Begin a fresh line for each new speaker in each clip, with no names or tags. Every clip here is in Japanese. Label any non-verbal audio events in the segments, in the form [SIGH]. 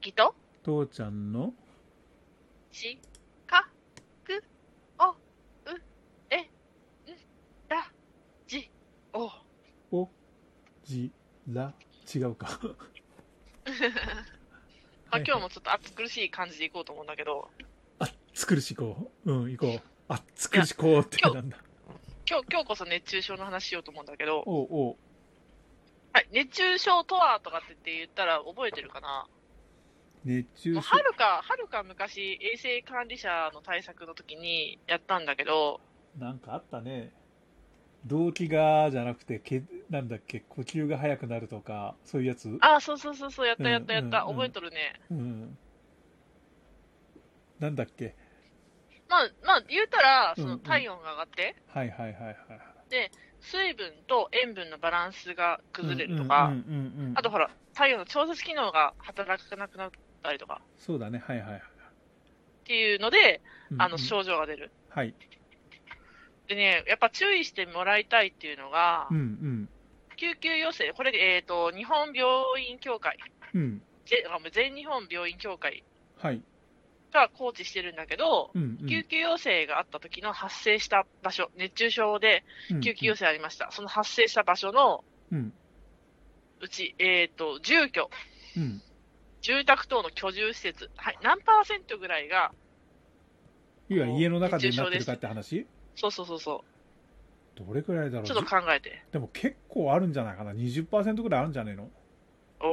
きと
父ちゃんの
しかくおうえんらじ
[LAUGHS]
お
おじら違うか
まあ
はい
今日もちょっと暑苦しい感じでいこうと思うんだけど
あっつくるしこううん行こうあっつくるしこうって
今日
なんだ
今日今日こそ熱中症の話しようと思うんだけど、
おうおう
はい、熱中症とはとかって言ったら覚えてるかな
熱中
も
症
うはるか、はるか昔、衛生管理者の対策の時にやったんだけど、
なんかあったね動悸がじゃなくてけなんだっけ呼吸が速くなるとかそういうやつ
ああ、そうそうそうそう、やったやったやった、
うんうんう
覚
ん
えとるね。
うんなんだっけ
まあ、まあ、言うたら、そ
うんう
の
ん
体温が上がって、
はいはいはいはい
水分と塩分のバランスが崩れると
うん
か、
うんうんうん
あとほら、体温の調節機能が働かなくなったりとか
そうだねはいはいはい
っていうので、
うんうん
あの、症状が出る。
はい
でね、やっぱ注意してもらいたいっていうのが
う、ん
救急要請、これ、えっ、と、日本病院協会、
うんうん
ぜあ全日本病院協会
はい
がコーチしてるんだけど、
うん
救急要請があった時の発生した場所、熱中症で
うん
救急要請ありました。その発生した場所の
うん
うち、えっ、と、住居、
うん
住宅等の居住施設、はい、何パーセントぐらいが、
いや家の中でなってるかって話
そうそうそうそ
どれくらいだろ
う、
う
ちょっと考えて。
でも結構あるんじゃないかな20%ぐらいあるんじゃねえの
おー。お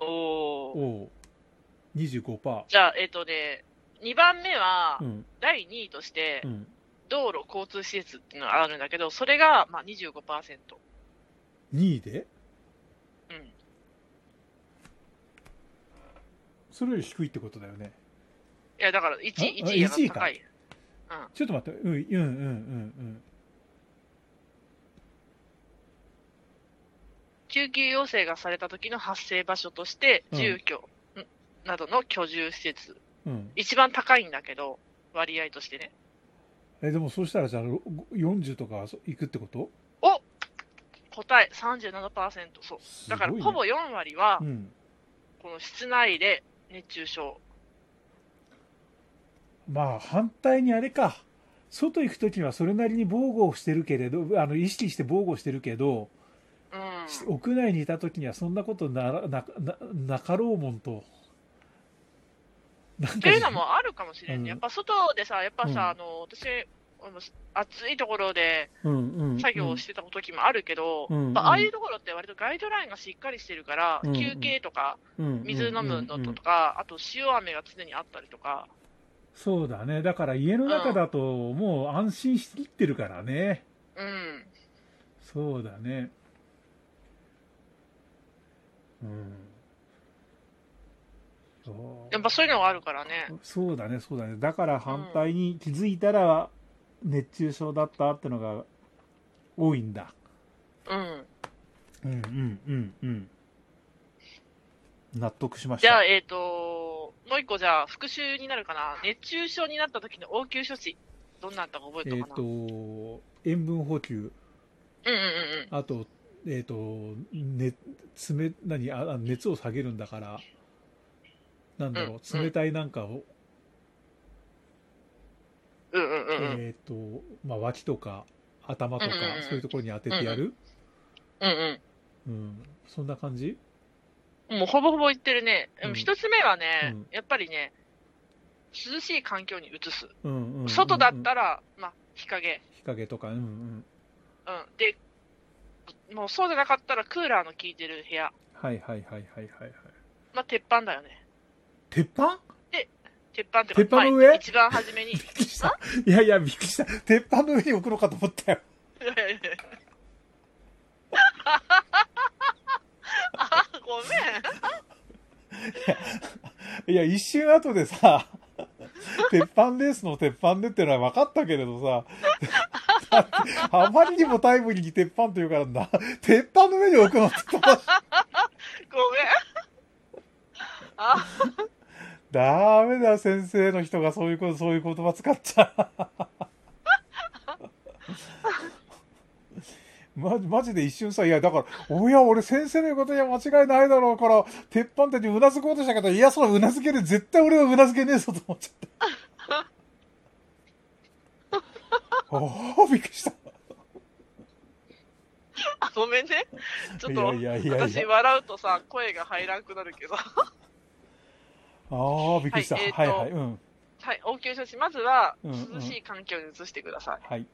ー。
おう25%
じゃあ、えっ、とね、2番目は
う、ん
第2位として
う、ん
道路交通施設っていうのがあるんだけど、それが、まあ、25%。
2位で
うん。
それより低いってことだよね
いや、だから1位、
あ
1位
あ一位
が
か
高い。
ちょっと待ってうんうんうんうん
救急要請がされた時の発生場所として、
うん
住居んなどの居住施設、
うんうん
一番高いんだけど、割合としてね。
えでもそうしたらじゃあろ40とかそいくってこと
答え37%、そう。
す
だ
ごい
から、
ね
ほぼ4割は
う、ん
この室内で熱中症。
まあ反対にあれか外行く時はそれなりに防護をしてるけれどあの意識して防護してるけど、
うん。
し屋内にいた時にはそんなことならなななかろうもんとなんか
っていうのもあるかもしれん
うん
ね。やっぱ外でさ、やっぱさ、
うん
あの、私、あの暑いところで
うんうんうん
作業をしてた時もあるけど、
うん
やっぱああいうところって割とガイドラインがしっかりしてるから、
うん
休憩とか、水飲む
うんうんう
の
ん
とか、あと塩飴が常にあったりとか、
そうだねだから家の中だともう安心しきってるからね
うん。
そうだねうんそう
やっぱそういうのがあるからね。
そうだね、そうだね。だから反対に気づいたら熱中症だったってのが多いんだ。
うん。
うんうんうんうん。納得しまし
じゃ
た
あ、。えっ、と、もう一個じゃあ、復習になるかな。熱中症になった時の応急処置。どんなんだか覚えて
え
る
っ
かな。
と、塩分補給、
うんうんうんうん。
あと、えっ、と、ね、冷、何あ、あ熱を下げるんだから、なんだろ
う
う、
ん
冷たいなんかを、
うんうんうんうん。
えっ、と、まあ、脇とか、頭とか、
うんうんうん
そういうところに当ててやる、
うん
うん、そんな感じ
うん。もうほぼほぼ言ってるね。でも
うん
一つ目はね、
うん
やっぱりね、涼しい環境に移す。
うんうんうんうん。
外だったら、まあ、日陰。
日陰とか、うんうん。
うん。で、もうそうじゃなかったらクーラーの効いてる部屋。
はいはいはいはいはいはい。
まあ、鉄板だよね。
鉄板
鉄板ってか
鉄板の上
まあ一番初め
[LAUGHS]
に。い [LAUGHS]
びっくりした。いやいや、びっくりした。鉄板の上に置くのかと思ったよ。
やいやいやあ、ごめん。
いや、一瞬後でさ、 [LAUGHS] 鉄板レースの鉄板でっていうのは分かったけれどさ、 [LAUGHS] あまりにもタイムリーに鉄板と言うからな、鉄板の上に置くのって言ったら
ごめん。あ、
ダメだ、先生の人がそういうこと、そういう言 [LAUGHS] 葉使っちゃう。マジマジで一瞬さ、いや、だから、おや、俺先生の言うことには間違いないだろうから、鉄板店にうなずこうとしたけど、いや、それうなずける、絶対俺はうなずけねえぞと思っち
[LAUGHS]
ゃった。おお、びっくりした。
あごめんね。ちょっ
い
と、
やいやいやい
私
や。
笑うとさ、声が入らんくなるけど。
ああ、びっくりした。
はいえーと
はい、はい、うん。
はい、応急処置、まずは、
うんうん
涼しい環境に移してください。
はい。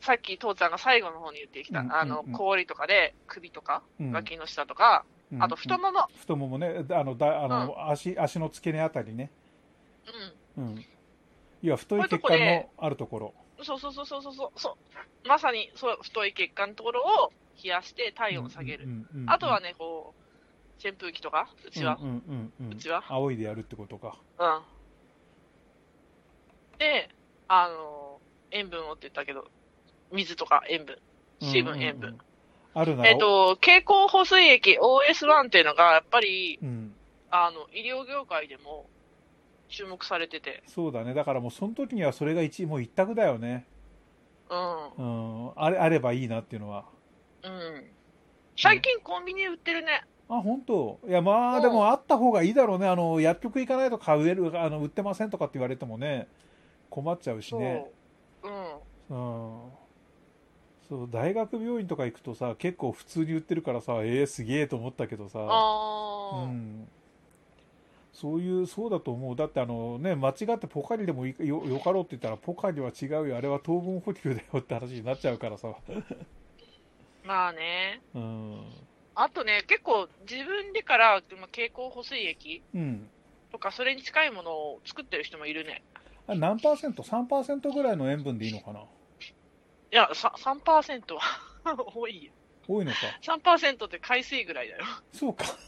さっき父ちゃんが最後の方に言ってきた、
うん
あ
う
の
んうん
氷とかで首とか、
うん
脇の下とか、あと太
も。
もも、
太ももね、あの、だあの、足、足の付け根あたりね。
う
うん。いや、太い
こういう
血
とこ
管の
で
あるところ。
ん、そうそうそうそうそうそう、まさにそう太い血管のところを冷やして体温を下げる、
うんうんうんうん
あとはね、こう扇風機とか、うちは、
うんうんうんうん
うちは
仰いでやるってことか。
うん、で、あの塩分をって言ったけど、水とか塩分、水分、塩分、
うんうんうんあるなら。
えっ、と、経口補水液 OS1 っていうのが、やっぱり
うん。
あの医療業界でも注目されてて。
そうだね。だからもうその時にはそれが一、もう一択だよね。
うん
うん。あれ、あればいいなっていうのは。
うん最近コンビニで売ってるね。
あ、本当いや、まあ、
うん
でもあった方がいいだろうね。あの、薬局行かないと買える、あの、売ってませんとかって言われてもね、困っちゃうし
そう。
ね。
うん。
うん。そう、大学病院とか行くとさ、結構普通に売ってるからさ、ええすげえと思ったけどさ。う
あ
んそういう、そうだと思う。だってあのね、間違ってポカリでもいよよかろうって言ったら、ポカリは違うよ、あれは糖分補給だよって話になっちゃうからさ。
あ。まあね。
うん。
あとね、結構自分でから、まあ、蛍光補水液
うん。
とか、それに近いものを作ってる人もいるね。
あ何パーセント ?3% ぐらいの塩分でいいのかない
や、さ3%は [LAUGHS] 多いよ。
多いのか。
3%って海水ぐらいだよ。 [LAUGHS]
そうか。 [LAUGHS]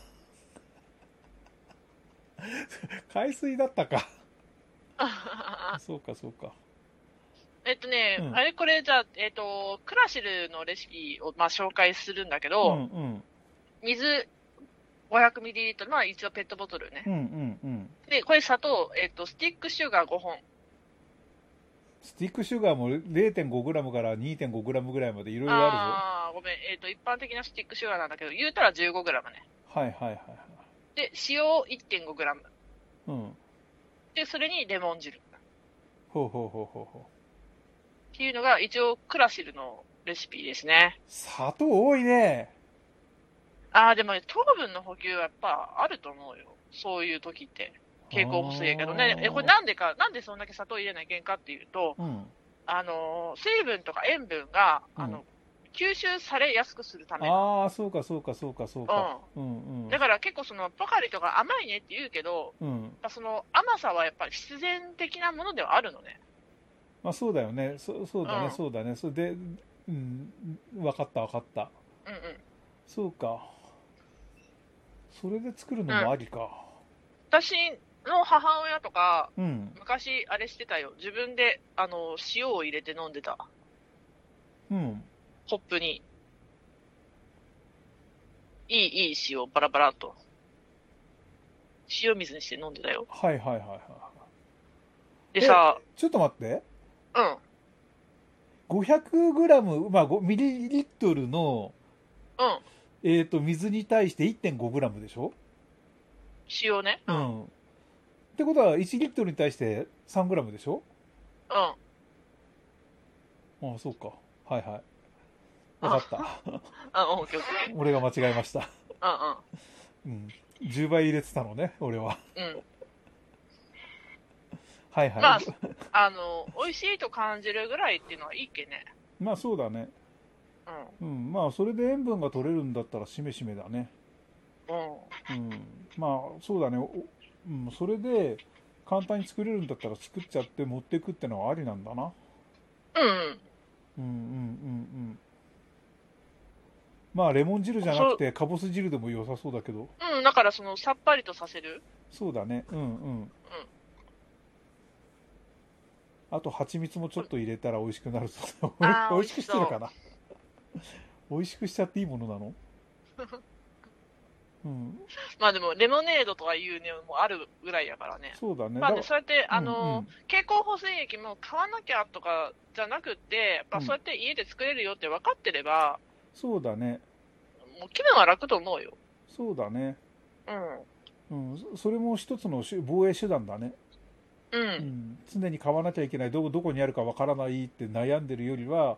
海水だったか。そうか、そうか。
えっとね、
うん
あれこれじゃあ、えっと、クラシルのレシピを、まあ、紹介するんだけ
うん、う
ど、
ん。
水 500ml、まあ一応ペットボトルね
う。ん、うん、うん。
で、これ砂糖、えっと、スティックシュガー5本。
スティックシュガーも 0.5g から 2.5g ぐらいまでいろいろあ
ああー、ごめん。えっ、と、一般的なスティックシュガーなんだけど、言うたら15グラムね。
るぞ。はい、はい、はい。
で、塩1.5グラム。
うん。
で、それにレモン汁。っ
ほうほうほうほうほう。
ていうのが、一応、クラシルのレシピですね。
砂糖多いね。
ああ、でも、糖分の補給はやっぱあると思うよ。そういう時って。傾向もそうやけどね
あ。ー
え、これなんでか、なんでそんだけ砂糖入れないけんかっていうと、
うん。
あのー水分とか塩分が、あの、
うん
吸収されやすくするため。
ああ、そうかそうかそうかそうか。
う
うんうん
ん。だ。から結構その、ポカリとか甘いねって言うけど、
うん。
やっぱその甘さはやっぱり必然的なものではあるのね。
まあそうだよね。そそうだ
う
ね、
ん
そうだね。それで、うん、わかったわかった。
うんうん。
そうか。それで作るのもありか。
私の母親とか、
うん。
昔あれしてたよ。自分で、あの、塩を入れて飲んでた。
うん。
コップに。いい、いい塩をバラバラっと。塩水にして飲んでたよ。
はいはいはいは
でさ、
い。ちょっと待って。
うん、
500g、まあ5ミリリットルの、
うん、
えっ、と、水に対して 1.5g でしょ
塩ね。
う。ん。ってことは、1リットルに対して 3g でしょ
うん。
ああ、そうか。はいはい。わかった。
あ、うん、オッケーオッケー。
[LAUGHS] 俺が間違えました。
う
うん。10倍入れてたのね、俺は。
ん、うん、うん。
はいはい。
まああの、美味しいと感じるぐらいっていうのはいいっけね。
まあそうだね。
う
うん。まあそれで塩分が取れるんだったらしめしめだね。
ん、うん。
うん。まあそうだね。おうん、それで簡単に作れるんだったら作っちゃって持ってくってのはありなんだな。
うん、うん。
うんうんうんうん。まあレモン汁じゃなくてかぼす汁でも良さそうだけど。
うん、だからそのさっぱりとさせる。
そうだね。うんうん。あと蜂蜜もちょっと入れたら美味しくなるそうだ。
あー
美味しくして [LAUGHS] るかな。美味しくしちゃっていいものなの？うん、
まあでも、レモネードとはいうね、もうあるぐらいやからね。
そうだね。
まあ
だ
ね、そうやって、あ
うんう
の
ん
経口補水液も買わなきゃとかじゃなくて、まあ、
うん
そうやって家で作れるよって分かってれば、
そうだね。
もう気分は楽と思うよ。
そうだね。
うん。
うん、そそれも一つの手防衛手段だね、
う。
うんん、常に買わなきゃいけないどこどこにあるかわからないって悩んでるよりは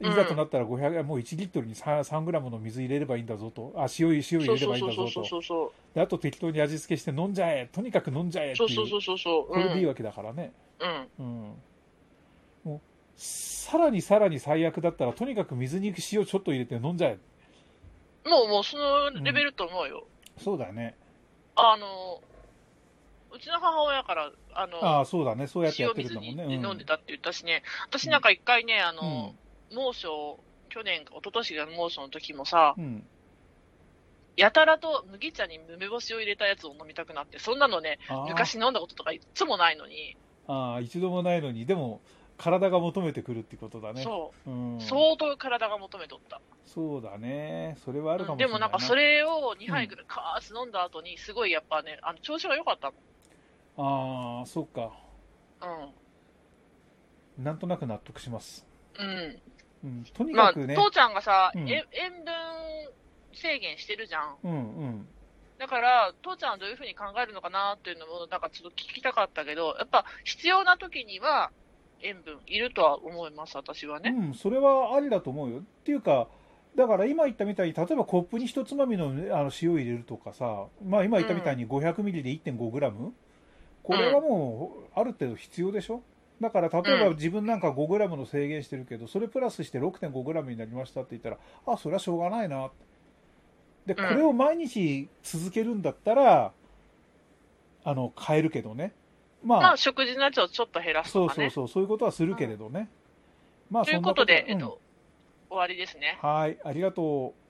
う
い
ん
ざとなったら500もう1リットルに 3, 3グラムの水入れればいいんだぞとあ塩い塩入
そ
れ
う
れ
そ
ば
う
いい
そ
んだぞ
うそう
と
そうそう。
であと適当に味付けして飲んじゃえとにかく飲んじゃえって
そ
いう
うそうそうそうそう。
これでいい
うん。
わけだからね、
うん。
うん、もうさらにさらに最悪だったらとにかく水に塩ちょっと入れて飲んじゃえ
もう、もう、そのレベルと思うよ。
そうだね
あの、うちの母親から、あの、
ああそうだねそうやってや
塩
ってるん
水
だも
にね
んね
飲んでたって言ったしね、私なんか一回ね、あの、猛暑、去年、一昨年が猛暑の時もさ、
うん、うん、
やたらと麦茶に梅干しを入れたやつを飲みたくなって、そんなのね、
ああ
昔飲んだこととかいつもないのに、
ああ一度もないのにでも体が求めてくるってことだね、
そうう、
ん、そう
相当体が求めとった。
だねそれはあるか
うん
もしれ
で
ない
もなんかそれを2杯ぐらいカーッと飲んだ後に、すごいやっぱね、あの調子が良かった
ああそっか
もん。
なんとなく納得します、
うん。
うん、と
う
に
ん。ま
か
あ、
くね、
父ちゃんがさ、
うん
え塩分制限してるじゃん。
うんうん
だから、父ちゃんはどういうふうに考えるのかなっていうのも、なんかちょっと聞きたかったけど、やっぱ必要な時には塩分いるとは思います、私はね。
うん、それはありだと思うよっていうかだから今言ったみたいに例えばコップに一つまみのあの塩を入れるとかさ、まあ、今言ったみたいに 500ml で 1.5g これはもうある程度必要でしょだから例えば
うん
自分なんか 5g の制限してるけどそれプラスして 6.5g になりましたって言ったらあそれはしょうがないなでこ
うん
れを毎日続けるんだったらあの変えるけどねまあ、
まあ、食事のやつをちょっと減らす
そ
と
う
か
そう
ね。
そうそういうことはするけれどね、まあ
という
そんな
ことで、
うん
えっと、終わりですね。
はい、ありがとう。